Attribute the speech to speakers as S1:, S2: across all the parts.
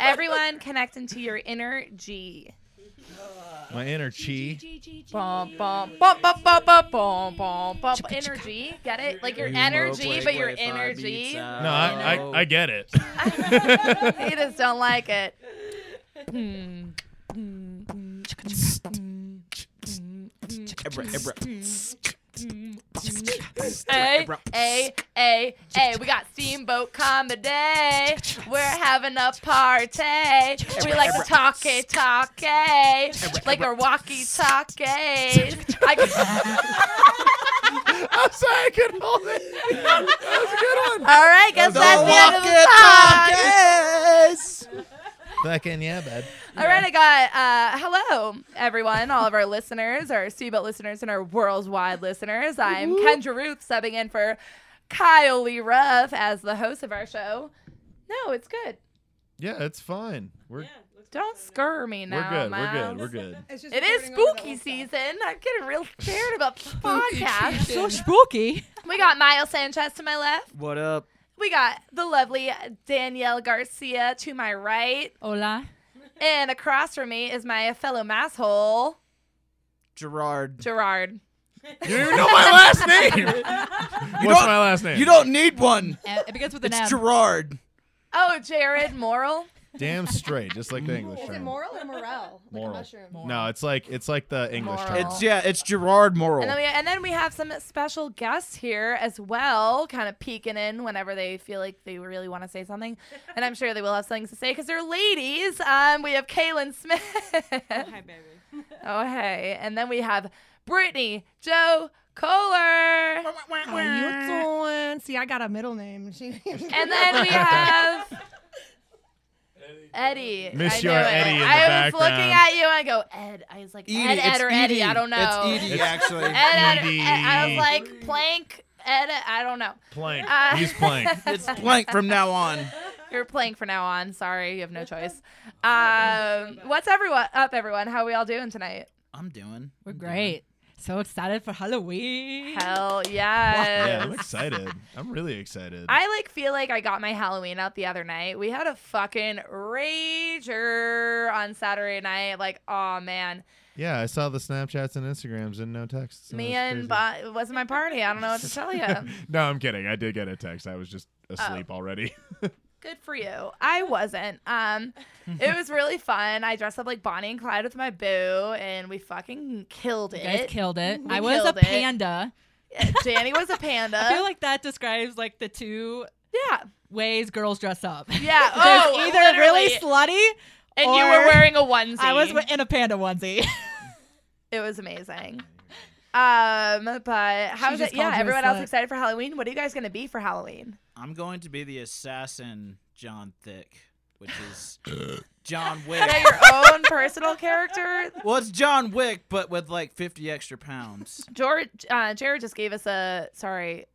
S1: everyone connecting to your inner G.
S2: My inner chi.
S1: Bum, bum, bum, bum, bum, bum, bum, bum, bum. Energy. Get it? Like your
S3: You
S1: energy,
S3: moped
S1: but your
S3: way far
S1: energy.
S3: beats
S1: You
S3: out.
S2: No, I,
S3: Oh.
S2: I, I get it.
S1: just don't like it.
S3: Ebra, ebra.
S1: A, A, A, A. We got Steamboat Comedy. We're having a party. We like to talk it, talk it. Like our walkie talkies.
S2: I'm sorry, I couldn't hold it.
S1: All right, guess that's the end of the song.
S2: Fucking yeah, bud.
S1: All right, I got uh, hello, everyone, all of our listeners, our Seatbelt listeners, and our worldwide listeners. I'm Kendra Ruth, subbing in for Kyle Lee Ruff as the host of our show. No, it's good.
S2: Yeah, it's fine. We're
S1: Don't scare me now.
S2: we're good. We're
S1: Miles.
S2: good. We're good.
S4: It's just
S1: It is
S4: recording over the
S1: spooky
S4: whole stuff.
S1: season. I'm getting real scared about the podcast.
S5: So spooky.
S1: We got Miles Sanchez to my left.
S3: What up?
S1: We got the lovely Danielle Garcia to my right.
S5: Hola.
S1: And across from me is my fellow masshole,
S3: Gerard.
S1: Gerard.
S2: You don't even know my last name. What's
S3: don't-
S2: my last name?
S3: You don't need one.
S5: Uh, it begins with an
S3: It's
S5: M.
S3: Gerard.
S1: Oh, Jared Morrill.
S2: Damn straight, just like the English
S4: Is it
S2: term.
S4: moral or morel? Like
S2: Moral.
S4: a mushroom.
S2: No, it's like it's like the English
S1: Moral.
S2: term.
S3: It's yeah, it's Gerard Morrill.
S1: And then, we, and then we have some special guests here as well, kind of peeking in whenever they feel like they really want to say something. And I'm sure they will have things to say because they're ladies. Um, we have Kaylin Smith.
S6: Hi, baby.
S1: oh, hey. And then we have Brittany Joe Kohler.
S4: How you doing? See, I got a middle name. She-
S1: And then we have Eddie.
S2: Miss
S1: I
S2: your
S1: knew it.
S2: Eddie in the
S1: I was
S2: background.
S1: looking at you and I go, Ed. I was like,
S3: Edie,
S1: Ed, Ed,
S3: it's
S1: or
S3: Edie.
S1: Eddie. I don't know.
S3: It's Edie,
S2: It's-
S3: actually.
S1: Ed, Ed,
S2: Edie.
S1: Ed, I was like, Plank. Ed, I don't know.
S2: Plank.
S1: Uh,
S2: He's plank.
S3: it's blank from now on.
S1: You're playing for now on. Sorry, you have no choice. Um, what's everyone up, everyone? How we all doing tonight?
S3: I'm doing.
S5: We're
S3: I'm doing.
S5: great. So excited for Halloween.
S1: Hell
S2: Yeah,
S1: yes.
S2: I'm excited. I'm really excited.
S1: I like feel like I got my Halloween out the other night. We had a fucking rager on Saturday night. Like, oh man,
S2: yeah, I saw the Snapchats and Instagrams and no texts.
S1: me
S2: That's
S1: and
S2: crazy.
S1: Bob, it wasn't my party. I don't know what to tell you.
S2: no, I'm kidding. I did get a text. I was just asleep already.
S1: Good for you. I wasn't. Um, it was really fun. I dressed up like Bonnie and Clyde with my boo, and we fucking killed
S5: You guys
S1: it.
S5: killed it. Uh?
S1: We
S5: I was a
S1: killed it.
S5: panda.
S1: Danny was a panda.
S5: I feel like that describes like the two
S1: yeah,
S5: ways girls dress up.
S1: yeah.
S5: There's
S1: oh,
S5: either really
S1: literally.
S5: slutty.
S1: And you were
S5: Or-
S1: wearing a onesie.
S5: I was w- in a panda onesie.
S1: It was amazing. Um, but how's
S5: just
S1: it? Yeah,
S5: called you a
S1: everyone else
S5: slut.
S1: excited for Halloween? What are you guys gonna be for Halloween?
S3: I'm going to be the assassin John Thick, which is John Wick.
S1: Yeah, your own personal character.
S3: Well, it's John Wick, but with like 50 extra pounds.
S1: George, uh, Jared just gave us a sorry.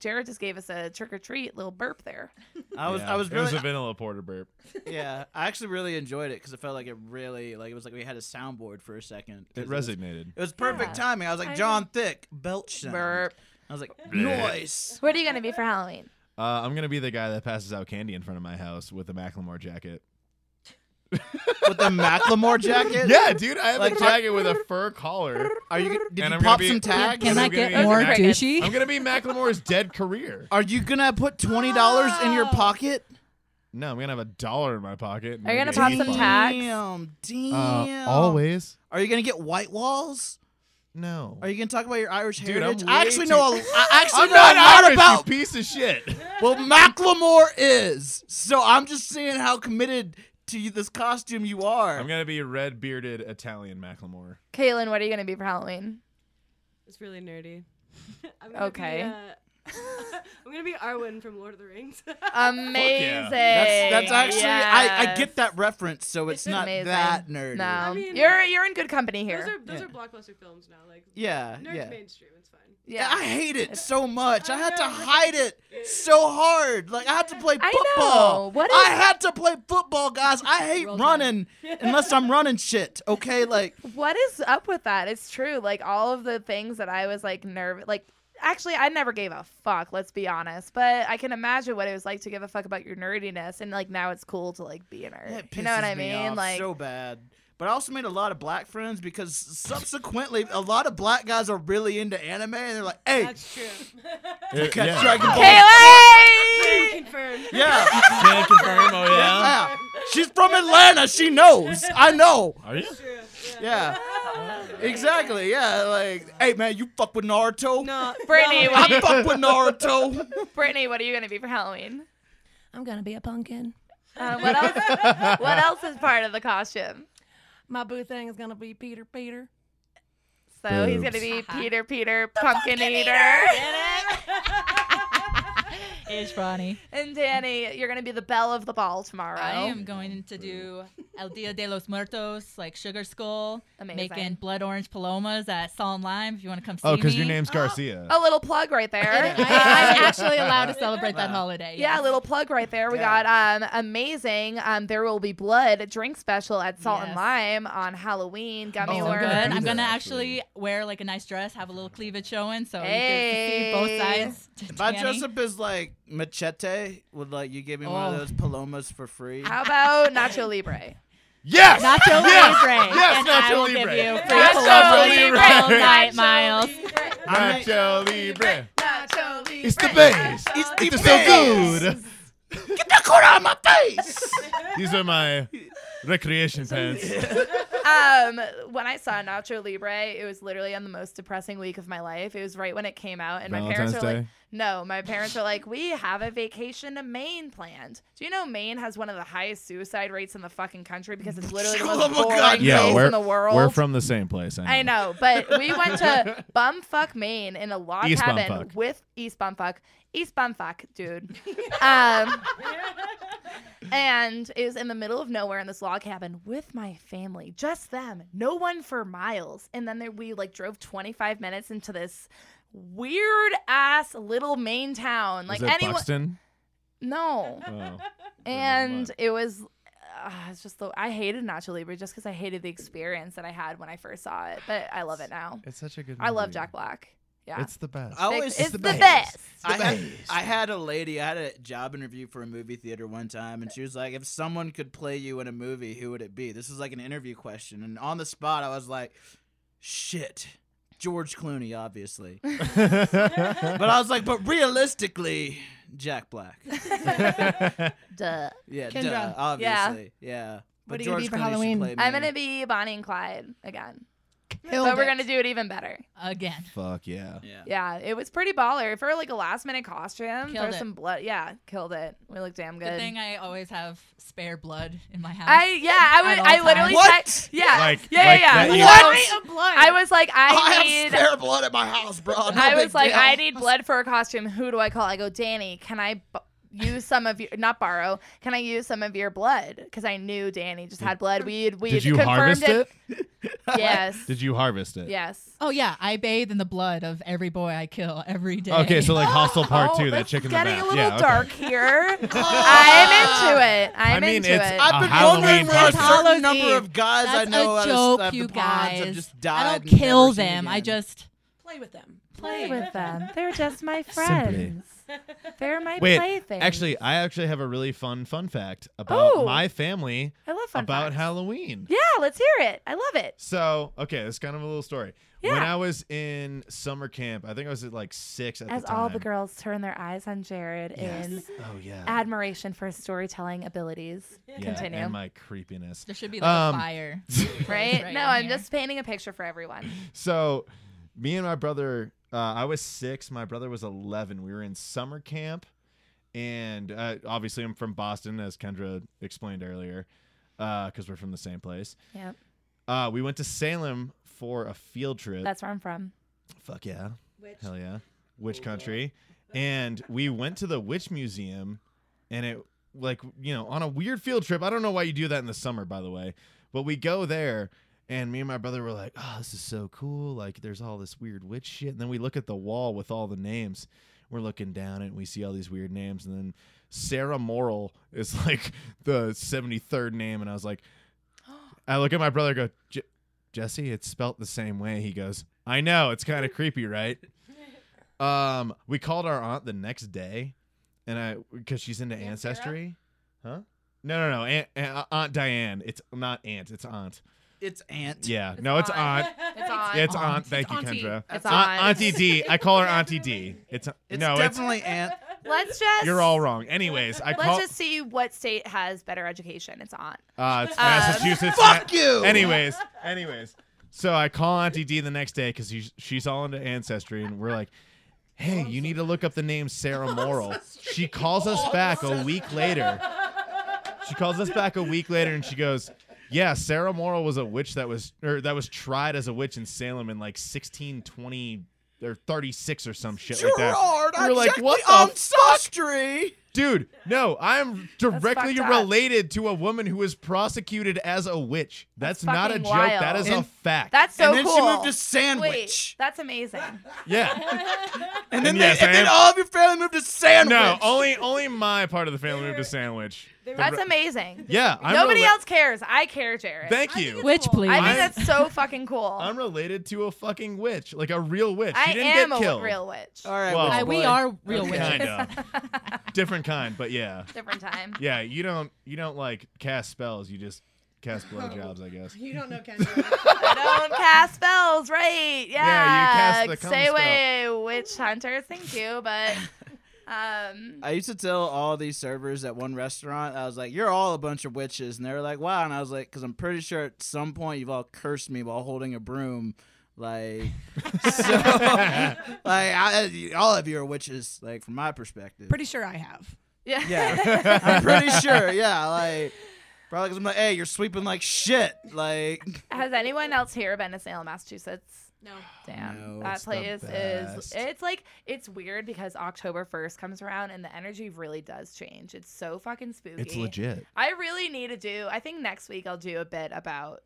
S1: Jared just gave us a trick or treat little burp there.
S3: I was,
S2: Yeah,
S3: I was
S2: It was
S3: really,
S2: a vanilla porter burp.
S3: yeah. I actually really enjoyed it because it felt like it really, like it was like we had a soundboard for a second. 'cause
S2: It
S3: was-
S2: resonated.
S3: It was perfect
S1: Yeah.
S3: timing. I was like,
S1: I-
S3: John Thick, belch sound.
S1: Burp.
S3: I was like,
S2: Bleh.
S3: noise.
S1: What are you gonna be for Halloween?
S2: Uh, I'm gonna be the guy that passes out candy in front of my house with a Macklemore jacket.
S3: With the Macklemore jacket?
S2: Yeah, dude, I have
S3: Like,
S2: a jacket with a fur collar.
S3: Are you, gonna- did
S2: And
S3: you
S2: I'm gonna
S3: pop
S2: be-
S3: some tags?
S2: Can
S5: Can
S2: I
S5: I
S2: I'm get
S5: get
S2: gonna more
S5: more
S2: use
S1: crickets.
S5: douchey?
S2: I'm gonna be Macklemore's dead career.
S3: Are you gonna put twenty dollars in your pocket?
S2: No, I'm gonna have a dollar in my pocket. and
S1: Are you
S2: maybe
S1: gonna pop
S2: eight
S1: some
S2: bucks.
S1: tags?
S3: Damn,
S2: Uh,
S3: damn.
S2: always.
S3: Are you gonna get white walls?
S2: No.
S3: Are you gonna talk about your Irish
S2: Dude, I'm
S3: heritage?
S2: way
S3: I actually
S2: too-
S3: know a, I actually
S2: I'm
S3: know a
S2: not
S3: lot
S2: Irish,
S3: about
S2: you piece of shit.
S3: well Macklemore is. So I'm just saying how committed to you- this costume you are.
S2: I'm gonna be a red bearded Italian Macklemore.
S1: Kaylin, what are you gonna be for Halloween?
S6: It's really nerdy. I'm gonna
S1: Okay.
S6: Be, uh, I'm gonna be Arwen from Lord of the Rings.
S1: Amazing.
S3: that's, that's actually I, I
S1: Yes.
S3: get that reference, so it's not
S1: Amazing.
S3: that nerdy.
S1: No,
S6: I mean-
S1: you're you're in good company
S6: those
S1: here.
S6: are those
S3: Yeah.
S6: are blockbuster films now. Like
S3: Yeah,
S6: nerd's
S3: yeah.
S6: mainstream. It's fine.
S3: Yeah, I hate it so much. I
S6: I
S3: had to
S6: know.
S3: hide it so hard. Like I had to play
S1: I
S3: football.
S1: know. What
S3: I
S1: is-
S3: had to play football, guys. I hate
S5: Roll Tide.
S3: running unless I'm running shit. Okay, like
S1: What is up with that? It's true. Like all of the things that I was like nervous, like actually, I never gave a fuck. Let's be honest, but I can imagine what it was like to give a fuck about your nerdiness, and like now it's cool to like be a nerd.
S3: That
S1: you know what
S3: pisses
S1: I
S3: me
S1: mean?
S3: off
S1: Like,
S3: so bad. But I also made a lot of black friends because subsequently, a lot of black guys are really into anime, and they're like, "Hey,
S6: That's true.
S3: catch
S2: yeah.
S3: Dragon Ball."
S1: Kaylee!
S6: Confirmed.
S3: Yeah,
S7: Can I confirm? Oh yeah.
S3: yeah. She's from Atlanta. She knows. I know.
S7: Are you?
S6: True. Yeah.
S3: Yeah, exactly. Yeah, like, hey man, you fuck with Naruto.
S6: No,
S1: Brittany,
S6: no,
S1: what-
S3: I fuck with Naruto.
S1: Brittany, what are you gonna be for Halloween?
S4: I'm gonna be a pumpkin.
S1: Uh, what else? what else is part of the costume?
S4: My boo thing is gonna be Peter Peter.
S1: So he's gonna be
S5: Uh-huh.
S1: Peter, Peter, pumpkin, eater.
S5: It's funny.
S1: And Danny, you're gonna be the belle of the ball tomorrow.
S5: I am going to do El Dia de los Muertos, like Sugar Skull,
S1: Amazing.
S5: making blood orange palomas at Salt and Lime. If you want to come see
S2: Oh,
S5: because
S2: because your name's Garcia.
S1: A little plug right
S5: I,
S1: there. Um,
S5: I'm actually allowed to celebrate that holiday.
S1: Yeah, a little plug right there. We
S3: Yeah.
S1: got um amazing. Um, there will be blood drink special at Salt and
S5: Yes.
S1: Lime on Halloween. Gummy
S5: So
S2: Oh,
S1: worms.
S5: good.
S2: do
S5: I'm
S2: that,
S5: gonna
S2: actually.
S5: actually wear like a nice dress, have a little cleavage showing, so
S1: Hey.
S5: you get to see both sides. to
S3: If I
S5: Danny.
S3: dress up as like machete, would like you give me one
S5: Oh.
S3: of those palomas for free?
S1: How about Nacho Libre?
S2: yes.
S5: Nacho
S2: yes!
S5: Libre.
S2: Yes,
S5: and
S2: Nacho
S5: I will
S2: Libre.
S5: give you free
S1: Nacho
S5: Nacho
S1: Libre.
S5: all
S6: Nacho
S5: night, Miles.
S6: Libre.
S3: I mean-
S2: Nacho Libre.
S1: Nacho Libre.
S2: It's the best. It's,
S3: the
S2: so good.
S3: Get that corn out of my face!
S2: These are my recreation pants.
S1: um, when I saw Nacho Libre, it was literally on the most depressing week of my life. It was right when it came out, and my parents
S2: Valentine's
S1: were like,
S2: Day?
S1: "No." My parents were like, "We have a vacation to Maine planned." Do you know Maine has one of the highest suicide rates in the fucking country because it's literally the most
S3: Oh my
S1: boring
S3: God,
S1: place
S2: Yeah, we're,
S1: in the world.
S2: we're from the same place.
S1: I know, but we went to Bumfuck, Maine, in a log
S2: East
S1: cabin
S2: Bumfuck.
S1: with East Bumfuck. East Bumfuck, dude. um, and it was in the middle of nowhere in this log cabin with my family, just them, no one for miles. And then there, we like drove 25 minutes into this weird ass little Maine town. Like
S2: Is it
S1: anyone,
S2: Buxton?
S1: no.
S2: Oh.
S1: And it was. Uh, it's just the I hated Nacho Libre just because I hated the experience that I had when I first saw it, but I love it now.
S2: It's such a good.
S1: I love Jack Black. Yeah.
S2: Mm. It's the best.
S3: I always
S1: it's the, best.
S3: I had,
S2: best.
S3: I had a lady, I had a job interview for a movie theater one time, and she was like, if someone could play you in a movie, who would it be? This was like an interview question. And on the spot, I was like, shit. George Clooney, obviously. But I was like, but realistically, Jack Black.
S1: Duh.
S3: Yeah,
S4: Kendra.
S3: duh, obviously. Yeah. But
S4: What do you
S3: George
S4: be for
S3: Clooney should
S4: Halloween?
S3: play
S1: I'm
S3: me.
S1: gonna be Bonnie and Clyde again,
S4: Killed
S1: but we're
S4: it.
S1: gonna do it even better.
S5: Again.
S2: Fuck yeah.
S3: Yeah.
S1: Yeah, it was pretty baller for like a last minute costume.
S5: Killed
S1: throw
S5: it.
S1: some blood. Yeah, killed it. We look damn good.
S5: Good thing I always have spare blood in my house.
S1: I yeah I
S5: At
S1: would
S5: all
S1: I literally
S3: What?
S1: checked- yeah
S2: Like-
S1: yeah
S2: like
S1: yeah
S2: that
S1: yeah.
S2: you-
S1: What?
S4: of blood.
S1: I was like I,
S3: I
S1: need
S3: have spare blood at my house, bro. No
S1: I
S3: big
S1: was like,
S3: deal.
S1: I need blood for a costume. Who do I call? I go, Danny, can I b- use some of your, not borrow, can I use some of your blood? Because I knew Danny just had blood. We had, we
S2: Did
S1: had
S2: you
S1: confirmed
S2: harvest it?
S1: Yes.
S2: Did you harvest it?
S1: yes.
S5: oh yeah, I bathe in the blood of every boy I kill every day.
S2: Okay, so like Hostile Part
S1: Oh,
S2: Two, that
S1: it's
S2: chicken.
S1: getting
S2: in
S1: a
S2: the back.
S1: little
S2: yeah, okay.
S1: dark here. I'm into it.
S2: I
S1: I'm
S2: mean,
S1: into
S2: it's-
S1: it.
S2: I-
S3: I've been
S2: Halloween
S3: wondering where a
S5: party.
S3: certain
S5: Halloween.
S3: number of guys
S5: That's
S3: I know
S5: a
S3: out of-
S5: joke,
S3: out of
S5: you
S3: the ponds have
S5: guys.
S3: just died
S5: I don't
S3: and never
S5: kill
S3: seen
S5: them. I
S3: again.
S5: just
S4: play with them.
S5: play.
S1: with them. They're just my
S2: Simply.
S1: friends. They're my
S2: Wait,
S1: playthings.
S2: actually, I actually have a really fun fun fact about
S1: Oh.
S2: my family
S1: I love fun
S2: about
S1: facts.
S2: Halloween.
S1: Yeah, let's hear it. I love it.
S2: So, okay, it's kind of a little story. When
S1: Yeah.
S2: I was in summer camp, I think I was at like six at
S1: As
S2: the time.
S1: all the girls turn their eyes on Jared in
S2: Oh yeah.
S1: admiration for his storytelling abilities.
S2: yeah,
S1: Continue.
S2: And my creepiness.
S5: There should be like
S2: Um,
S5: a fire.
S1: right?
S5: right
S1: no,
S5: in
S1: I'm
S5: here.
S1: just painting a picture for everyone.
S2: So, me and my brother, uh, I was six. My brother was 11. We were in summer camp. And uh, obviously, I'm from Boston, as Kendra explained earlier, because we're from the same place.
S1: Yeah,
S2: Uh, we went to Salem for a field trip.
S1: that's where I'm from.
S2: Fuck yeah.
S6: Which
S2: Hell yeah. Witch country. And we went to the witch museum and it like, you know, on a weird field trip. I don't know why you do that in the summer, by the way. But we go there and me and my brother were like, "Oh, this is so cool. Like there's all this weird witch shit." And then we look at the wall with all the names. We're looking down and we see all these weird names and then Sarah Morrill is like the 73rd name and I was like I look at my brother and go, "J- Jesse, it's spelt the same way. He goes, I know, it's kind of creepy, right? Um, we called our aunt the next day, and I because she's into ancestry, huh? No, no, no, aunt, aunt, aunt Diane. It's not aunt. It's aunt.
S3: It's Ant.
S2: Yeah, no, it's aunt.
S1: It's on.
S2: Yeah, it's aunt.
S4: Aunt.
S2: Thank
S4: It's
S2: you,
S4: auntie.
S2: Kendra.
S1: It's
S2: Aunt,
S1: aunt.
S2: auntie D. I call her Auntie D. It's,
S3: It's
S2: no, it's
S3: definitely Ant.
S1: Let's just.
S2: you're all wrong. Anyways, I
S1: Let's
S2: call.
S1: just see what state has better education. It's on.
S2: Uh, it's
S1: Um,
S2: Massachusetts.
S3: Fuck you.
S2: Anyways, anyways, so I call Auntie D the next day because she's all into ancestry, and we're like, "Hey, you need to look up the name Sarah Morrill." She calls us back a week later. She calls us back a week later, and she goes, "Yeah, Sarah Morrill was a witch that was or that was tried as a witch in Salem in like 1620 or 36 or some shit like that."
S3: Gerard,
S2: We're
S3: I
S2: like,
S3: checked
S2: what
S3: the
S2: the
S3: ancestry.
S2: Dude, no, I'm directly
S1: fucked up.
S2: related to a woman who was prosecuted as a witch. That's,
S1: That's
S2: not a
S1: fucking
S2: joke. That
S1: wild.
S2: is a
S3: And-
S2: fact.
S1: That's so
S3: and then
S1: cool.
S3: she moved to
S1: Wait,
S3: Sandwich.
S1: that's amazing.
S2: yeah.
S3: And then,
S2: And
S3: they,
S2: yes, I
S3: and then
S2: am-
S3: all of your family moved to Sandwich.
S2: no, only only my part of the family moved to Sandwich.
S6: They were-
S1: That's amazing.
S2: Yeah, I'm
S1: Nobody
S2: rela-
S1: else cares. I care, Jared.
S2: Thank you.
S5: Which, please?
S1: I
S2: I'm-
S1: think that's so fucking cool.
S2: I'm related to a fucking witch, like a real witch.
S1: I
S2: she didn't
S1: am
S2: get
S1: a
S2: killed.
S1: real witch.
S3: All right.
S2: Well-
S3: which
S5: I- we
S3: Oh, boy?
S5: are real
S2: Kind
S5: witches.
S2: of. Different kind, but yeah,
S1: Different time.
S2: yeah. You don't you don't like cast spells. You just cast
S1: Oh.
S2: blowjobs, I guess.
S4: You don't know Kendra.
S1: I don't cast spells, right? Yeah.
S2: Yeah, you cast the cum
S1: Stay away, witch hunters. Thank you, but um,
S3: I used to tell all these servers at one restaurant, I was like, "You're all a bunch of witches," and they were like, "Wow!" And I was like, "Cause I'm pretty sure at some point you've all cursed me while holding a broom." Like, so, like I, all of you are witches, like from my perspective.
S4: Pretty sure I have.
S1: yeah.
S3: Yeah, I'm pretty sure. Yeah, like probably because I'm like, hey, you're sweeping like shit. Like,
S1: Has anyone else here been to Salem, Massachusetts?
S6: no.
S1: Damn,
S3: No,
S1: that
S3: it's the
S1: place is.
S3: best.
S1: It's like it's weird because October first comes around and the energy really does change. It's so fucking spooky.
S2: It's legit.
S1: I really need to do. I think next week I'll do a bit about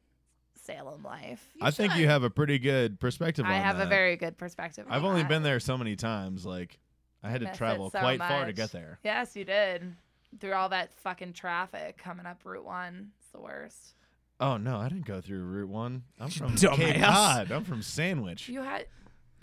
S1: Salem life.
S2: I think you have a pretty good perspective
S1: I
S2: on
S1: have a
S2: that.
S1: very good perspective. on
S2: I've only
S1: that.
S2: been there so many times. Like, I had to
S1: Miss it
S2: travel
S1: so
S2: quite far to
S1: much.
S2: get there.
S1: Yes, you did. Through all that fucking traffic coming up Route One, it's the worst.
S2: Oh no, I didn't go through Route One. I'm from
S3: Dumbass.
S2: Cape Cod. I'm from Sandwich.
S1: You had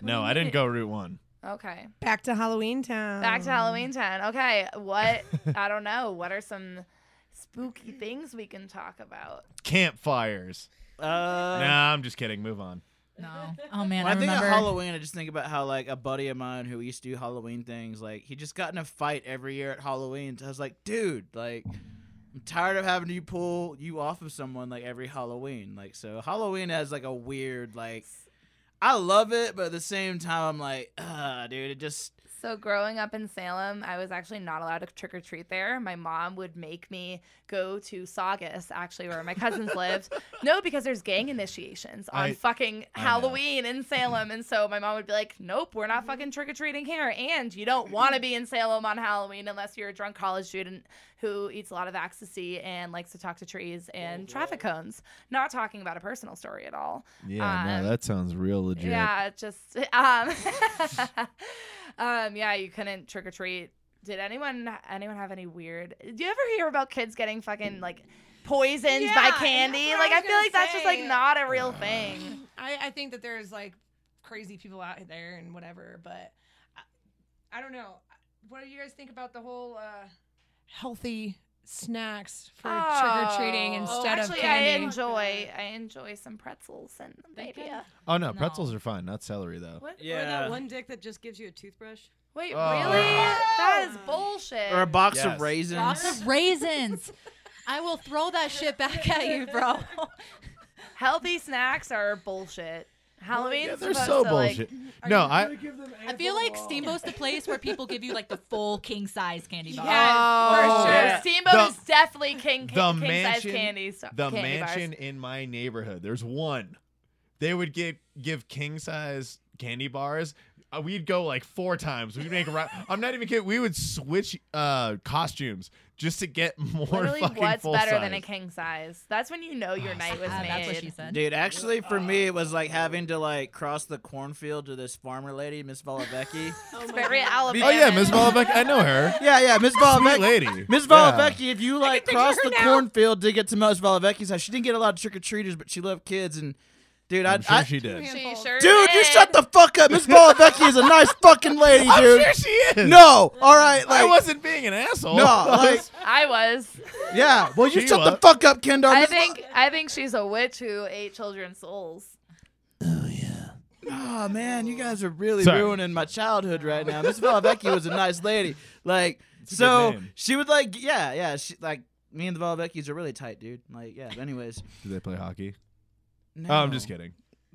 S2: no, I didn't go Um. Route One.
S1: okay.
S4: Back to Halloween Town.
S1: Back to Halloween Town. Okay, what? I don't know. What are some spooky things we can talk about?
S2: Campfires.
S3: uh,
S2: nah, I'm just kidding. Move on.
S5: No. Oh man,
S3: When I,
S5: I,
S3: think
S5: remember.
S3: of Halloween, I just think about how like a buddy of mine who used to do Halloween things, like he just got in a fight every year at Halloween. So I was like, dude, like I'm tired of having you pull you off of someone like every Halloween. Like so, Halloween has like a weird like. I love it, but at the same time, I'm like, ah, dude, it just
S1: So growing up in Salem, I was actually not allowed to trick or treat there. My mom would make me go to Saugus, actually, where my cousins lived. No, because there's gang initiations on
S2: I-
S1: fucking
S2: I know. Mm-hmm.
S1: Halloween in Salem, and so my mom would be like, "Nope, we're not fucking trick or treating here." And you don't want to be in Salem on Halloween unless you're a drunk college student who eats a lot of ecstasy and likes to talk to trees
S2: Oh,
S1: and traffic cones. Not talking about a personal story at all.
S2: Yeah,
S1: Um,
S2: no, that sounds real legit.
S1: Yeah, it just um, um, yeah, you couldn't trick or treat. Did anyone anyone have any weird? Do you ever hear about kids getting fucking like poisoned
S4: Yeah,
S1: by candy?
S4: that's what
S1: Like
S4: I
S1: I,
S4: was
S1: feel
S4: gonna
S1: like that's just like
S4: say.
S1: not a real thing.
S4: I, I think that there's like crazy people out there and whatever, but I, I don't know. What do you guys think about the whole uh, healthy snacks for trick or treating
S1: Oh.
S4: instead
S1: Actually,
S4: of candy?
S1: I enjoy I enjoy some pretzels and Arabia.
S2: Oh no,
S5: No.
S2: pretzels are fine, not celery though.
S6: What? Or
S3: Yeah.
S6: that one dick that just gives you a toothbrush.
S1: Wait,
S2: Oh.
S1: really? That is
S6: Oh.
S1: bullshit.
S3: or a box
S2: Yes.
S3: of raisins.
S5: Box of raisins. I will throw that shit back at you, bro.
S1: Healthy snacks are bullshit. Halloween's
S2: Yeah, they're
S1: supposed
S2: so
S1: to,
S2: bullshit.
S1: Like,
S2: no, I.
S5: I feel like Steamboat's the place where people give you like the full king size candy bar.
S1: Yes,
S2: Oh.
S1: for sure.
S3: Yeah.
S1: Steamboat
S2: The-
S1: is definitely king,
S2: the
S1: king,
S2: mansion-
S1: size candy. So,
S2: The
S1: candy bars.
S2: mansion in my neighborhood. There's one. They would get give king size candy bars. Uh, we'd go like four times. We'd make a round. I'm not even kidding. We would switch uh costumes just to get more
S1: Literally,
S2: fucking
S1: what's
S2: full
S1: better
S2: size. Oh,
S1: than a king size? That's when you know your night was
S5: Ah,
S1: made.
S5: that's what she said.
S3: Dude, actually, for me, it was like having to like cross the cornfield to this farmer lady, Miss Valavecchi.
S1: It's very Alabama.
S2: Oh yeah, Miss Malbec. I know her.
S3: yeah, yeah, Miss
S2: Sweet
S3: Valavecchi.
S2: lady.
S3: Miss
S2: Yeah.
S3: Valavecchi, if you like cross the cornfield to get to Miss Valavecchi's house, she didn't get a lot of trick or treaters, but she loved kids, and Dude, I,
S2: I'm sure
S3: I-
S2: she did.
S1: She sure
S3: Dude, you
S1: did.
S3: shut the fuck up. Miss Malavecchi is a nice fucking lady,
S2: I'm
S3: dude.
S2: sure she is.
S3: No, all right,
S2: I
S3: like
S2: wasn't being an asshole.
S3: no, like
S1: I was.
S3: yeah. Well, you
S2: She
S3: shut the
S2: was.
S3: fuck up, Kendall.
S1: I
S3: Miss Ma-
S1: think I think she's a witch who ate children's souls.
S3: Oh man, you guys are really
S2: Sorry.
S3: ruining my childhood right now. Miss Valavecchia was a nice lady. Like
S2: a good
S3: so
S2: name.
S3: she would like yeah, yeah, she like me and the Valavecchias are really tight, dude. Like yeah, but anyways.
S2: Do they play hockey?
S3: No.
S2: Oh, I'm just kidding.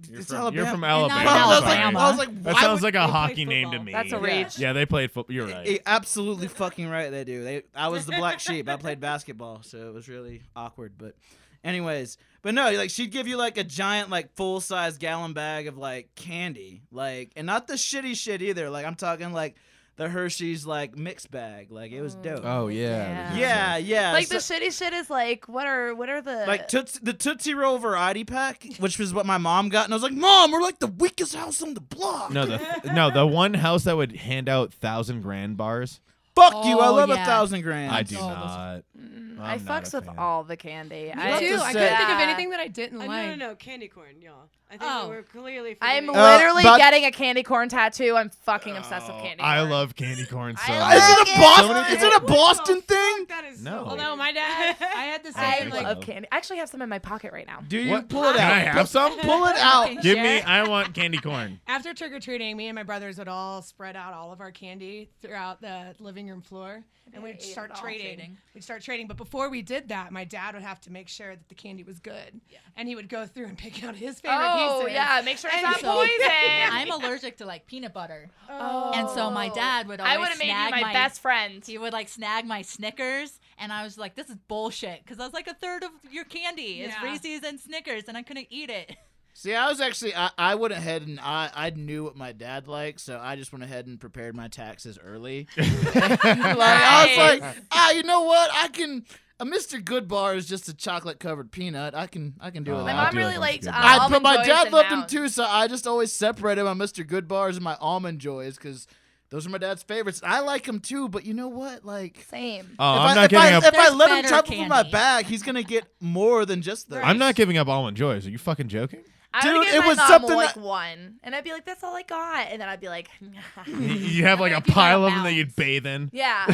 S2: You're,
S3: It's
S2: from,
S3: Alabama.
S2: you're from
S5: You're not
S2: Alabama.
S5: from
S3: I was like,
S5: Alabama.
S3: I was like
S2: That
S3: why
S2: sounds
S3: would-
S2: like a
S5: they play
S2: hockey name to
S5: football?
S2: me.
S1: That's a reach.
S2: Yeah, they played football. You're right.
S3: A- absolutely fucking right they do. They I was the black sheep. I played basketball, so it was really awkward, but anyways, but no, like she'd give you like a giant like full-size gallon bag of like candy. Like and not the shitty shit either. Like I'm talking like the Hershey's like mixed bag. Like it was dope.
S2: Oh.
S1: yeah.
S3: Yeah, yeah.
S1: Like the
S3: so-
S1: shitty shit is like what are what are the
S3: like toots- the Tootsie Roll variety pack, which was what my mom got, and I was like, "Mom, we're like the weakest house on the block."
S2: No, the no, the one house that would hand out thousand grand bars.
S3: fuck you. I
S5: Oh,
S3: love a
S5: yeah.
S3: thousand grand.
S2: I do
S5: Oh, those-
S2: not.
S1: Mm,
S2: I'm
S1: I
S2: not
S1: fucks
S2: a
S1: with
S2: fan.
S1: all the candy.
S4: I
S3: have
S4: do.
S3: to
S4: I
S3: say-
S4: couldn't think of anything that I didn't
S6: Uh,
S4: like.
S6: no, no, no, candy corn, y'all. I think
S4: Oh.
S6: we were clearly.
S1: I'm
S6: figuring-
S3: Uh,
S1: literally
S3: but-
S1: getting a candy corn tattoo. I'm fucking obsessed with
S2: Oh,
S1: candy.
S2: I
S1: corn.
S2: love candy corn so.
S1: I
S2: much.
S1: love
S3: Is it a Boston?
S2: So many
S3: is it a
S6: What the
S3: Boston
S6: fuck?
S3: thing?
S6: That is
S2: Uh, No.
S6: so
S2: Well,
S4: Although my dad, I had the
S1: I
S4: same
S2: think
S4: like
S1: love
S2: so.
S1: candy. I actually have some in my pocket right now.
S3: Do you
S2: What?
S3: pull it
S2: Can
S3: out?
S2: I have some?
S3: Pull it out.
S2: Give me. I want candy corn.
S4: after trick or treating, me and my brothers would all spread out all of our candy throughout the living room floor, and
S1: Yeah,
S4: we'd
S1: ate it
S4: start
S1: all.
S4: trading.
S5: Trading.
S4: We'd start trading, but before we did that, my dad would have to make sure that the candy was good, and he would go through and pick out his favorite
S1: Oh
S4: pieces.
S1: yeah, make sure it's
S4: And
S1: not
S4: so-
S1: poison.
S5: I'm allergic to like peanut butter,
S1: Oh.
S5: and so my dad would always
S1: I would have made you
S5: snag
S1: my, best friend.
S5: He would like snag my Snickers, and I was like, "This is bullshit," because I was like a third of your candy is
S4: Yeah.
S5: Reese's and Snickers, and I couldn't eat it.
S3: See, I was actually I, I went ahead and I I knew what my dad liked, so I just went ahead and prepared my taxes early. like I was like, ah, you know what? I can. A Mr. Good Bar is just a chocolate covered peanut. I can I can do
S2: Oh,
S3: it.
S1: My
S2: I
S1: mom
S2: do
S1: really
S2: like
S1: liked. Uh,
S2: Mr.
S3: I
S1: almond
S3: but my
S1: joys
S3: dad
S1: and
S3: loved them
S1: mounds.
S3: too, so I just always separated my Mr. Good Bars and my almond joys because those are my dad's favorites. I like them too, but you know what? Like
S1: Same.
S2: Oh,
S3: if
S2: I'm
S3: I,
S2: not
S3: if
S2: giving
S3: I,
S2: up.
S3: if I
S5: There's
S3: let him
S5: better
S3: chop from my
S5: candy.
S3: bag, he's gonna get more than just those.
S2: I'm not giving up almond joys. Are you fucking joking?
S1: I
S3: Dude,
S1: would give
S3: it
S1: my
S3: was
S1: mom
S3: something
S1: like
S3: that-
S1: one, and I'd be like, "That's all I got," and then I'd be like,
S2: You have like a
S5: if you got
S2: pile
S5: a
S2: of them that you'd
S5: balance.
S2: bathe in.
S1: "Yeah,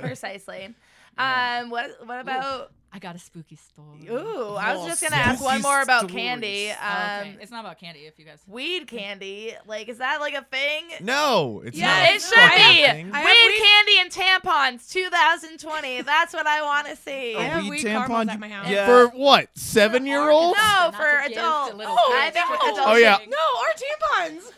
S1: precisely." Um, what what about?
S5: I got a spooky story.
S1: Ooh, I was just gonna
S2: spooky
S1: ask one more about
S3: stories.
S1: candy.
S5: Oh,
S1: Um,
S5: okay. it's not about candy. If you guys,
S1: weed candy, like, is that like a thing?
S2: No, it's
S4: Yeah,
S2: not. a
S1: it should
S2: fucking
S1: be.
S2: thing.
S4: I-
S1: Weed
S4: have weed-
S1: candy and tampons, 2020. That's what I want to see.
S3: Oh,
S4: I have weed caramels at my house.
S3: Yeah.
S2: For what? Seven year olds?
S1: No,
S5: Not
S1: for
S5: to give to
S1: adults.
S5: little
S1: I
S5: kids.
S1: think
S5: Oh,
S1: adults.
S2: Oh, yeah.
S1: should-
S4: No, our tampons.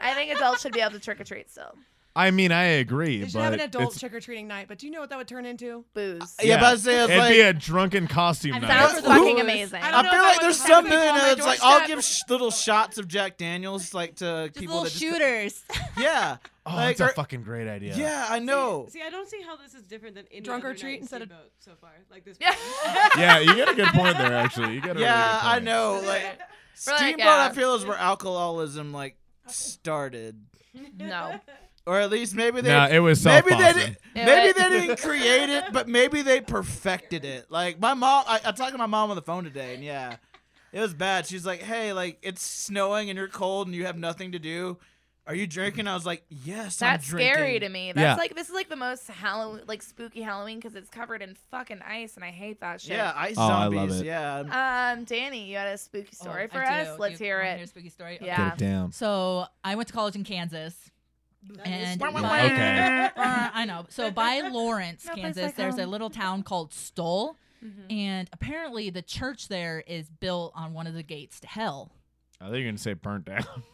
S1: I think adults should be able to trick or treat still.
S2: I mean, I agree,
S4: They should
S2: but
S4: have an adult
S2: it's-
S4: trick or treating night, but do you know what that would turn into?
S1: Booze.
S3: Uh, Yeah, but I say it's
S2: it'd
S3: like-
S2: be a drunken costume
S5: I'm
S2: night.
S5: sorry.
S1: Sounds
S5: Who-
S1: fucking
S5: who-
S1: amazing.
S4: I don't
S3: I
S4: know
S3: feel
S4: if I
S3: like
S4: want
S3: there's
S4: to
S3: some
S4: have it on my
S3: millionaires like I'll
S4: doorstep.
S3: give sh- little shots of Jack Daniels like to
S5: just
S3: people
S5: little
S3: that just-
S5: shooters.
S3: yeah,
S2: Oh,
S3: like,
S2: it's a
S3: or-
S2: fucking great idea.
S3: yeah, I know.
S6: See, I don't see how this is different than any
S4: Drunk
S6: other
S4: or treat
S6: night in
S4: instead of-
S6: Steamboat so far. Like this.
S1: Yeah.
S6: one.
S2: yeah, you got a good point there. Actually, you got a really
S3: yeah,
S2: good
S3: I
S2: point.
S3: know. Like
S1: We're like,
S3: Steamboat,
S1: yeah.
S3: I feel is where alcoholism like started,
S1: No.
S3: or at least maybe they.
S2: No, it was South
S3: Maybe they,
S2: Boston.
S3: didn't,
S1: Yeah,
S3: maybe
S1: but-
S3: they didn't create it, but maybe they perfected it. Like my mom, I, I talked to my mom on the phone today, and yeah, it was bad. She's like, "Hey, like it's snowing and you're cold and you have nothing to do. Are you drinking?" I was like, "Yes, I'm
S1: That's scary
S3: drinking."
S1: to me. That's
S2: Yeah.
S1: like this is like the most Halloween, like spooky Halloween, because it's covered in fucking ice, and I hate that shit.
S3: Yeah, ice
S2: Oh, I love
S3: zombies.
S2: it.
S3: Yeah,
S1: Um, Danny, you had a spooky story
S5: Oh,
S1: for
S5: I
S1: us.
S5: do.
S1: Let's
S5: You
S1: hear
S5: wanna a
S1: it.
S5: spooky story.
S1: Yeah.
S2: Get it down.
S5: So I went to college in Kansas.
S6: That is
S5: And
S6: so
S5: by-
S2: wah. Okay.
S5: Uh, I know. So by Lawrence,
S1: No place
S5: Kansas,
S1: like
S5: there's a
S1: home.
S5: little town called Stoll,
S1: Mhm.
S5: and apparently the church there is built on one of the gates to hell.
S2: I thought you were gonna say burnt down.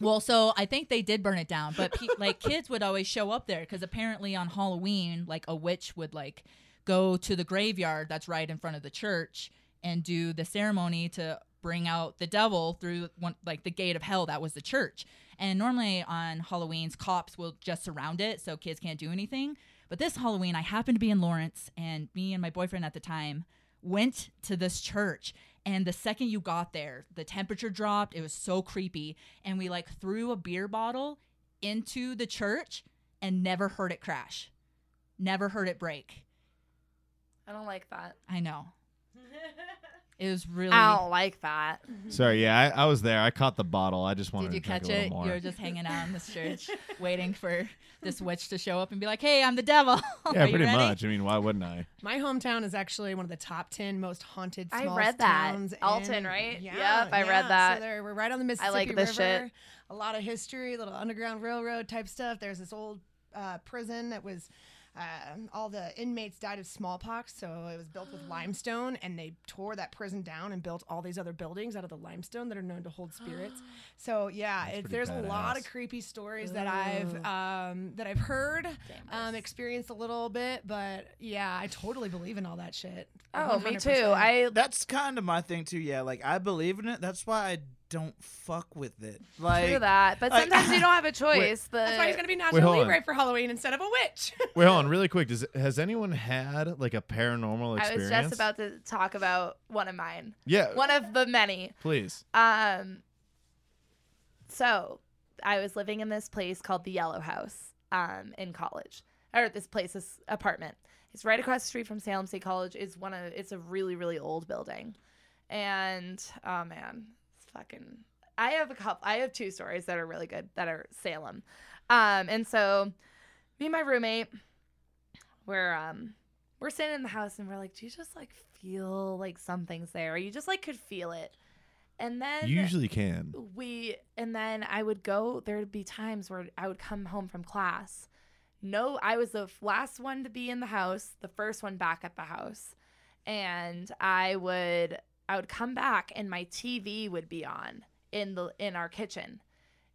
S5: Well, so I think they did burn it down, but pe- like kids would always show up there because apparently on Halloween, like a witch would like go to the graveyard that's right in front of the church and do the ceremony to bring out the devil through one like the gate of hell that was the church. And normally on Halloween's cops will just surround it so kids can't do anything. But this Halloween I happened to be in Lawrence and me and my boyfriend at the time went to this church and the second you got there the temperature dropped it was so creepy and we like threw a beer bottle into the church and never heard it crash never heard it break
S1: I don't like that.
S5: i know It was really.
S1: I don't like that.
S2: Sorry, yeah, I, I was there. I caught the bottle. I just wanted
S5: Did you
S2: to drink
S5: catch
S2: a little
S5: it?
S2: more.
S5: You were just hanging out in this church, waiting for this witch to show up and be like, "Hey, I'm the devil."
S2: yeah,
S5: Are you
S2: pretty
S5: ready?
S2: much. I mean, why wouldn't I?
S4: My hometown is actually one of the top ten most haunted.
S1: I
S4: smallest
S1: read that.
S4: towns
S1: Alton,
S4: in-
S1: right?
S4: Yeah,
S1: Yep, I read
S4: yeah.
S1: that.
S4: So there, we're right on the Mississippi
S1: I like this shit.
S4: River. A lot of history, little underground railroad type stuff. There's this old uh, prison that was. Uh, all the inmates died of smallpox, so it was built with limestone, and they tore that prison down and built all these other buildings out of the limestone that are known to hold spirits. So yeah, it's,
S2: pretty
S4: there's a lot of
S2: badass.
S4: creepy stories that I've um, that I've heard, um, experienced a little bit, but yeah, I totally believe in all that shit.
S1: Oh, me too.
S4: 100%.
S1: I
S3: That's kind of my thing too. Yeah, like I believe in it. That's why I don't fuck with it. Like
S1: do that, but
S3: I-
S1: sometimes you don't have a choice.
S4: That's why he's
S1: The
S4: gonna be Nacho
S2: hold on.
S4: Libre for Halloween instead of a witch.
S2: Wait, hold on, really quick. Does has anyone had like a paranormal
S1: I was
S2: experience? Uh,
S1: just about to talk about one of mine,
S2: Yeah,
S1: one of the many.
S2: please.
S1: Um, so I was living in this place called the Yellow House um, in college, or this place, this apartment. It's right across the street from Salem State College. It's one of it's a really really old building, and oh man, it's fucking. I have a couple. I have two stories that are really good that are Salem, um, and so me and my roommate, we're um, we're sitting in the house and we're like, do you just like feel like something's there? Or you just like could feel it, and then
S2: You usually can.
S1: we and then I would go there would be times where I would come home from class. No, I was the f- last one to be in the house, the first one back at the house. And I would I would come back and my TV would be on in the in our kitchen.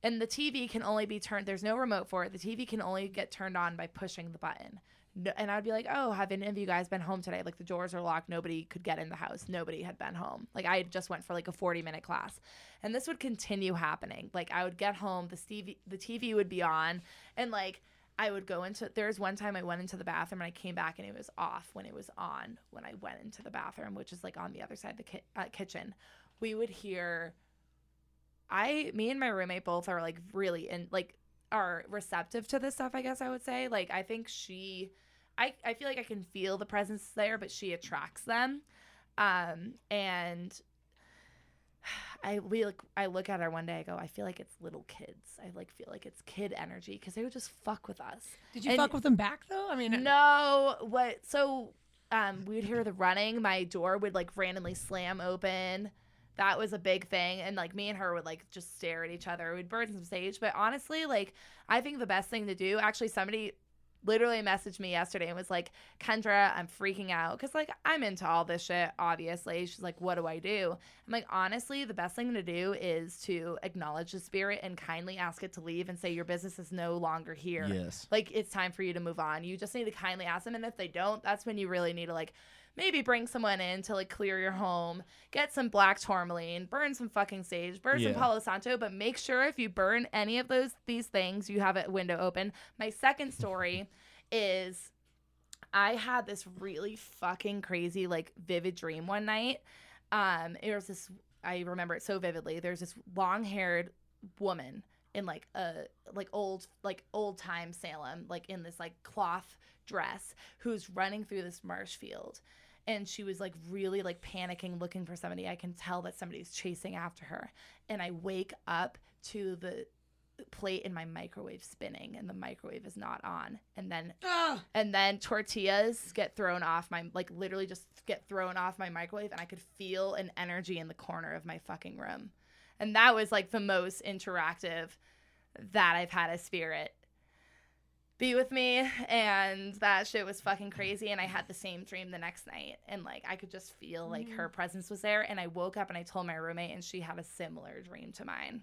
S1: And the TV can only be turned there's no remote for it. The TV can only get turned on by pushing the button. No, and I'd be like, "Oh, have any of you guys been home today? Like the doors are locked, nobody could get in the house. Nobody had been home. Like I had just went for like a 40-minute class." and this would continue happening like i would get home the tv the tv would be on and like i would go into there was one time i went into the bathroom and i came back and it was off when it was on when i went into the bathroom which is like on the other side of the ki- uh, kitchen we would hear i me and my roommate both are like really in like are receptive to this stuff i guess i would say like i think she i i feel like i can feel the presence there but she attracts them um and I we like I look at her one day. I go, I feel like it's little kids. I like feel like it's kid energy because they would just fuck with us.
S4: Did you
S1: And-
S4: fuck with them back though? I mean,
S1: No, what? So, um, we would hear the running. My door would like randomly slam open. That was a big thing, and like me and her would like just stare at each other. We'd burn some sage, but honestly, like I think the best thing to do. Actually, somebody literally messaged me yesterday and was like, "Kendra, I'm freaking out because like I'm into all this shit. Obviously, she's like, what do I do? I'm like, honestly, the best thing to do is to acknowledge the spirit and kindly ask it to leave and say your business is no longer here
S2: Yes.
S1: like it's time for you to move on. You just need to kindly ask them, and if they don't, that's when you really need to like maybe bring someone in to like clear your home, get some black tourmaline, burn some fucking sage, burn some
S2: Yeah.
S1: Palo Santo, but make sure if you burn any of those these things, you have a window open. My second story is I had this really fucking crazy like vivid dream one night. Um, it was this I remember it so vividly. There's this long-haired woman in like a like old like old time Salem, like in this like cloth dress, who's running through this marsh field. And she was like really like panicking, looking for somebody. I can tell that somebody's chasing after her. And I wake up to the plate in my microwave spinning and the microwave is not on. And then
S6: Oh.
S4: Ugh.
S1: and then tortillas get thrown off my like literally just get thrown off my microwave and i could feel an energy in the corner of my fucking room and that was like the most interactive that i've had a spirit be with me and that shit was fucking crazy and i had the same dream the next night and like i could just feel like her presence was there and i woke up and i told my roommate and she had a similar dream to mine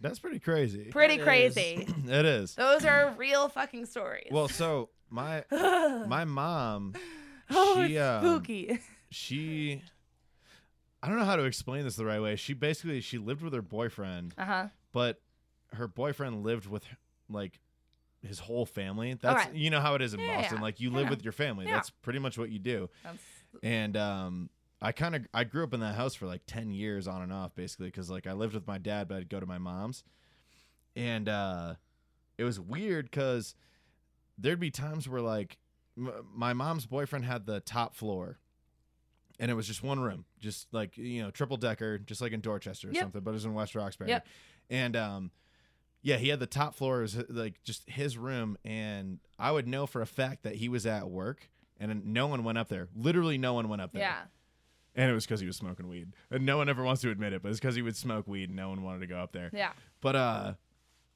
S2: That's pretty crazy.
S1: pretty
S3: That is-
S1: crazy
S2: it is.
S1: those are real fucking stories
S2: Well, so my my mom,
S1: oh,
S2: she
S1: it's
S2: um,
S1: spooky
S2: she, I don't know how to explain this the right way. She basically she lived with her boyfriend,
S1: uh-huh
S2: but her boyfriend lived with like his whole family. That's
S1: Okay.
S2: you know how it is in
S1: Yeah,
S2: Boston.
S1: yeah,
S2: Like you live
S1: yeah.
S2: with your family.
S1: Yeah.
S2: That's pretty much what you do.
S1: That's-
S2: and um i kind of i grew up in that house for like 10 years on and off basically because like i lived with my dad but i'd go to my mom's and uh it was weird because there'd be times where like m- my mom's boyfriend had the top floor and it was just one room, just like you know, triple decker, just like in Dorchester or
S1: Yep.
S2: something, but it was in West Roxbury.
S1: Yep.
S2: And um, yeah, he had the top floor is like just his room, and I would know for a fact that he was at work, and no one went up there. Literally, no one went up there.
S1: Yeah.
S2: And it was because he was smoking weed, and no one ever wants to admit it, but it's because he would smoke weed, and no one wanted to go up there.
S1: Yeah.
S2: But uh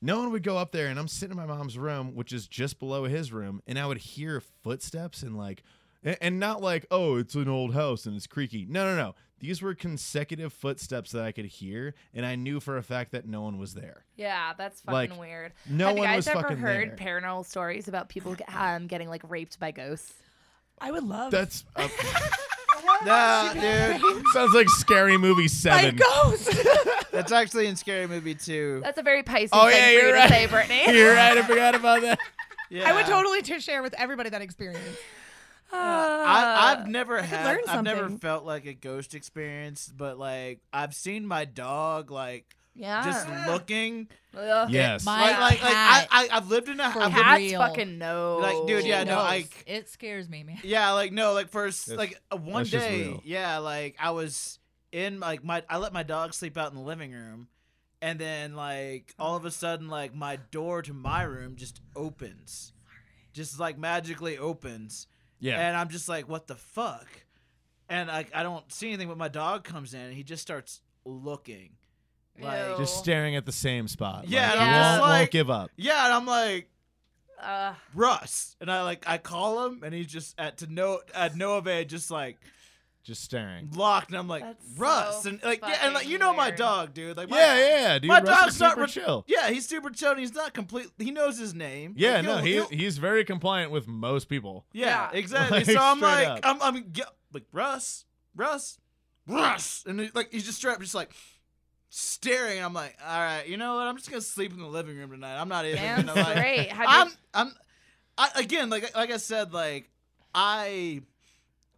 S2: no one would go up there and I'm sitting in my mom's room, which is just below his room, and I would hear footsteps and like a- and not like, oh, it's an old house and it's creaky. No, no, no. These were consecutive footsteps that I could hear, and I knew for a fact that no one was there.
S1: Yeah, that's
S2: Like,
S1: fucking weird.
S2: no
S1: Have you
S2: one
S1: guys
S2: was
S1: ever
S2: fucking
S1: heard
S2: there.
S1: paranormal stories about people get- um, getting like raped by ghosts?
S4: I would love
S2: That's uh,
S3: Nah, dude.
S2: sounds like scary movie
S4: by
S2: seven.
S4: ghosts.
S3: That's actually in Scary Movie 2.
S1: That's a very Pisces
S2: Oh,
S1: thing
S2: yeah,
S1: for you
S2: you're
S1: to
S2: right.
S1: say, Brittany.
S2: You're right, I forgot about that.
S3: Yeah.
S4: I would totally to share with everybody that experience.
S3: I,
S1: Uh,
S3: I've never had.
S4: learn
S3: I've never
S4: something.
S3: felt like a ghost experience, but like I've seen my dog like
S1: yeah.
S3: just looking.
S1: Ugh.
S2: Yes.
S5: My-
S3: Like, like, like I,
S5: cat.
S3: I, I've lived in a.
S5: For
S3: I've lived-
S1: Cats
S5: Real.
S1: fucking know.
S3: Like, dude, yeah,
S5: She
S3: no,
S5: knows.
S3: I-
S5: it scares me, man.
S3: Yeah, like no, like first,
S2: That's-
S3: like uh, one
S2: that's just
S3: day,
S2: real.
S3: yeah, like I was in like my, I let my dog sleep out in the living room, and then like all of a sudden, like my door to my room just opens, just like magically opens,
S2: Yeah.
S3: and I'm just like, what the fuck, and like I don't see anything, but my dog comes in and he just starts looking, like
S1: Ew.
S2: Just staring at the same spot.
S3: Yeah,
S2: Like,
S1: and I'm
S2: won't,
S1: just
S2: won't
S3: like-
S2: give up.
S3: yeah, and I'm like.
S1: Uh,
S3: Russ and I like I call him and he's just at to no at no avail just like
S2: Just staring.
S3: locked, and I'm like
S1: That's
S3: Russ,
S1: so
S3: and like yeah, and like you know my
S1: fucking
S3: dog, dude. Like my,
S2: Yeah, yeah, dude.
S3: my
S2: Russell's
S3: dog's not
S2: super
S3: re-
S2: chill.
S3: yeah. He's super chill. and He's not complete. He knows his name.
S2: Yeah,
S3: Like,
S2: no,
S3: he'll-
S2: he
S3: he'll-
S2: he's very compliant with most people.
S3: yeah,
S1: Yeah.
S3: exactly.
S2: Like,
S3: so I'm
S2: straight
S3: like
S2: up.
S3: I'm I'm yeah, like Russ, Russ, Russ, and he, like he's just straight up just like staring. And I'm like, all right, you know what? I'm just gonna sleep in the living room tonight. I'm not even
S1: damn
S3: gonna like
S1: straight. Have you-
S3: I'm, I'm, I, again, like, like I said, like, I,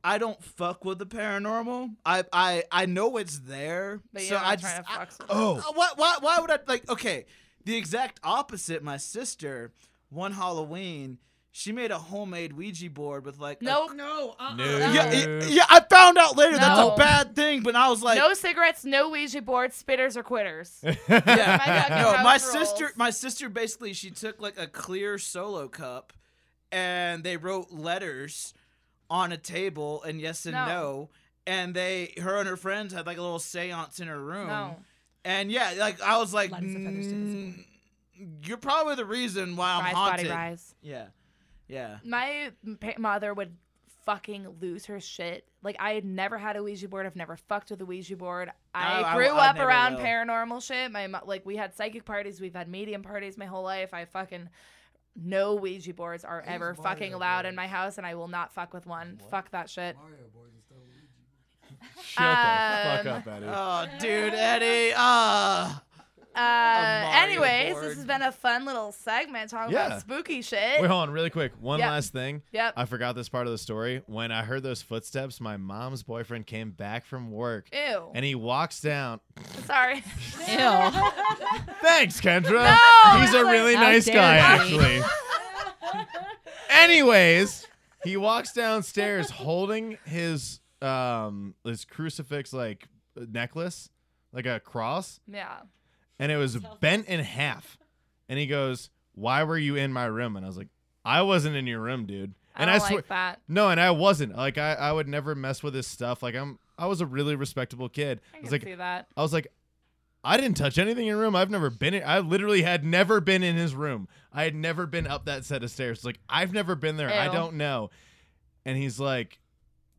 S3: I don't fuck with the paranormal. I, I, I know it's there.
S1: But you're
S3: so
S1: not
S3: I
S1: trying
S3: just,
S1: to
S3: I-
S1: fucks with it.
S2: Oh.
S3: Uh, why, why, why would I like? Okay, the exact opposite. My sister, one Halloween, she made a homemade Ouija board with like. a-
S1: no,
S4: No, uh-uh.
S2: No.
S3: yeah,
S2: No.
S3: yeah, yeah, I found out later that's
S1: No.
S3: a bad thing, but I was like,
S1: no cigarettes, no Ouija boards, spitters or quitters.
S3: yeah.
S1: My God,
S3: no,
S1: house
S3: my
S1: rules.
S3: sister, my sister basically she took like a clear solo cup, and they wrote letters on a table and yes and
S1: No.
S3: no, and they her and her friends had like a little séance in her room,
S1: no.
S3: and yeah, like I was like,
S4: Light as a feather, stiff as a
S3: "Mm, you're probably the reason why I'm
S1: rise,
S3: haunted.
S1: body, rise.
S3: Yeah, yeah.
S1: My pa- mother would fucking lose her shit. Like I had never had a Ouija board. I've never fucked with a Ouija board. I,
S3: I- I-
S1: grew
S3: I
S1: up
S3: never
S1: around
S3: will.
S1: paranormal shit. My mo- like we had psychic parties. We've had medium parties my whole life. I fucking no Ouija boards are ever fucking allowed in my house, and I will not fuck with one. Fuck that shit.
S2: Shut the fuck
S1: Um,
S2: up, Eddie.
S3: Oh, dude, Eddie. Ah,
S1: Uh,
S3: Mario
S1: anyways,
S3: board.
S1: this has been a fun little segment talking
S2: Yeah.
S1: about spooky shit.
S2: Wait, hold on, really quick. One
S1: Yeah.
S2: last thing.
S1: Yep.
S2: I forgot this part of the story. When I heard those footsteps, my mom's boyfriend came back from work
S1: Ew.
S2: and he walks down.
S1: Sorry.
S5: Ew.
S2: Thanks, Kendra.
S1: No,
S2: He's a
S1: like-
S2: really
S5: How
S2: nice
S5: dare
S2: guy,
S5: you.
S2: actually. Anyways, he walks downstairs holding his um his crucifix like necklace, like a cross.
S1: yeah.
S2: and it was bent in half. And he goes, "Why were you in my room?" And I was like, "I wasn't in your room, dude."
S1: I
S2: And
S1: don't
S2: swear,
S1: like that.
S2: no, and I wasn't. Like I, I would never mess with this stuff. Like I'm, I was a really respectable kid.
S1: I
S2: I
S1: can
S2: was like,
S1: see that.
S2: I was like, I didn't touch anything in your room. I've never been in. I literally had never been in his room. I had never been up that set of stairs. Like I've never been there. I
S1: Ew.
S2: don't know. And he's like,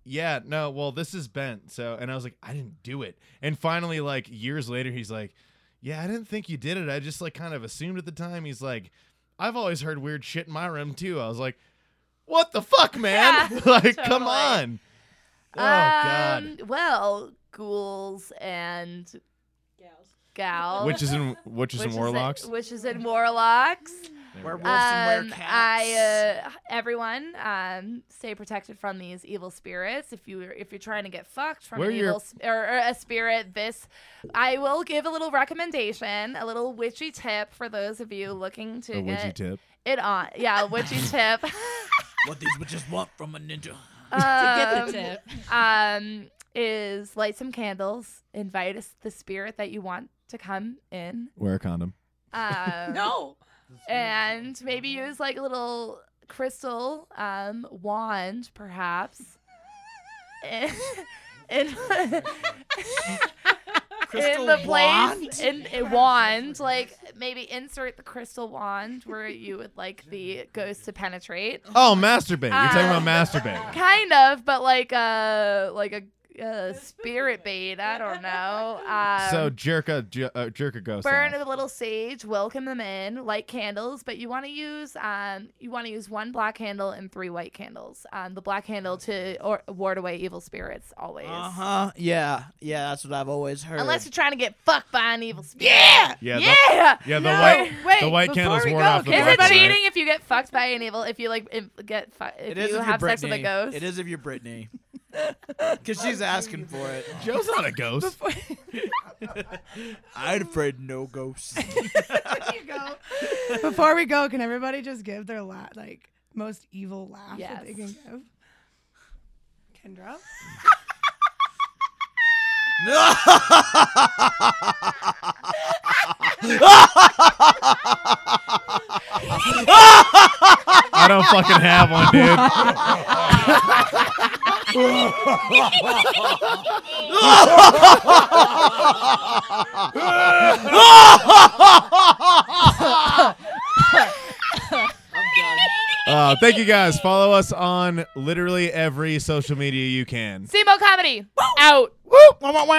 S2: Yeah, no. Well, this is bent. So, and I was like, I didn't do it. And finally, like years later, he's like, Yeah, I didn't think you did it. I just like kind of assumed at the time. He's like, I've always heard weird shit in my room too. I was like, What the fuck, man?
S1: Yeah,
S2: like, come
S1: totally.
S2: on. Oh
S1: um, Well, ghouls and
S6: Gals.
S1: gals,
S2: God. Which is in which is
S1: which
S2: in Warlocks.
S1: which is in warlocks.
S2: There we go.
S3: werewolves
S1: Um,
S3: and werewolves.
S1: I, uh, everyone, um, stay protected from these evil spirits. If you if you're trying to get fucked from
S2: Where
S1: an
S2: you're-
S1: evil sp- or, or a spirit, this I will give a little recommendation, a little witchy tip for those of you looking to
S2: A
S1: get
S2: tip.
S1: it on. Yeah, a witchy tip.
S3: what these witches want from a ninja?
S5: get
S1: um,
S5: the tip.
S1: um, is light some candles, invite us the spirit that you want to come in.
S2: Wear a condom.
S1: Um,
S4: No.
S1: and maybe use like a little crystal um, wand, perhaps. in, in, in the place, in a wand, like maybe insert the crystal wand where you would like the ghost to penetrate.
S2: Oh, masturbate. You're talking
S1: Uh,
S2: about masturbate.
S1: Kind of, but like a like a uh, spirit bait. I don't know. Um,
S2: so jerk a ju- uh, jerk a ghost.
S1: burn
S2: off.
S1: a little sage, welcome them in, light candles, but you want to use um you want to use one black candle and three white candles. Um, the black candle to or- ward away evil spirits always.
S3: Uh huh. Yeah. Yeah. That's what I've always heard.
S1: Unless you're trying to get fucked by an evil spirit.
S2: Yeah, the-
S1: yeah.
S2: yeah, the
S1: No.
S2: white
S4: Wait,
S2: the white
S4: before
S2: candles
S4: we
S2: ward
S4: go,
S2: off the
S1: Is
S2: black
S1: it
S2: one, right?
S1: cheating if you get fucked by an evil? If you like if, get fu- if
S3: It is
S1: you
S3: if
S1: have
S3: you're
S1: sex with a
S3: Britney.
S1: ghost?
S3: It is if you're Brittany. Because she's asking for it.
S2: Joe's not a ghost.
S3: I'd afraid no ghosts.
S4: There you go. Before we go, can everybody just give their la- like most evil laugh that they can
S1: Yes.
S4: give? Kendra.
S3: no!
S2: I don't fucking have one, dude. Uh, thank you guys. Follow us on literally every social media you can.
S1: Simo comedy out.
S3: Wah, wah, wah.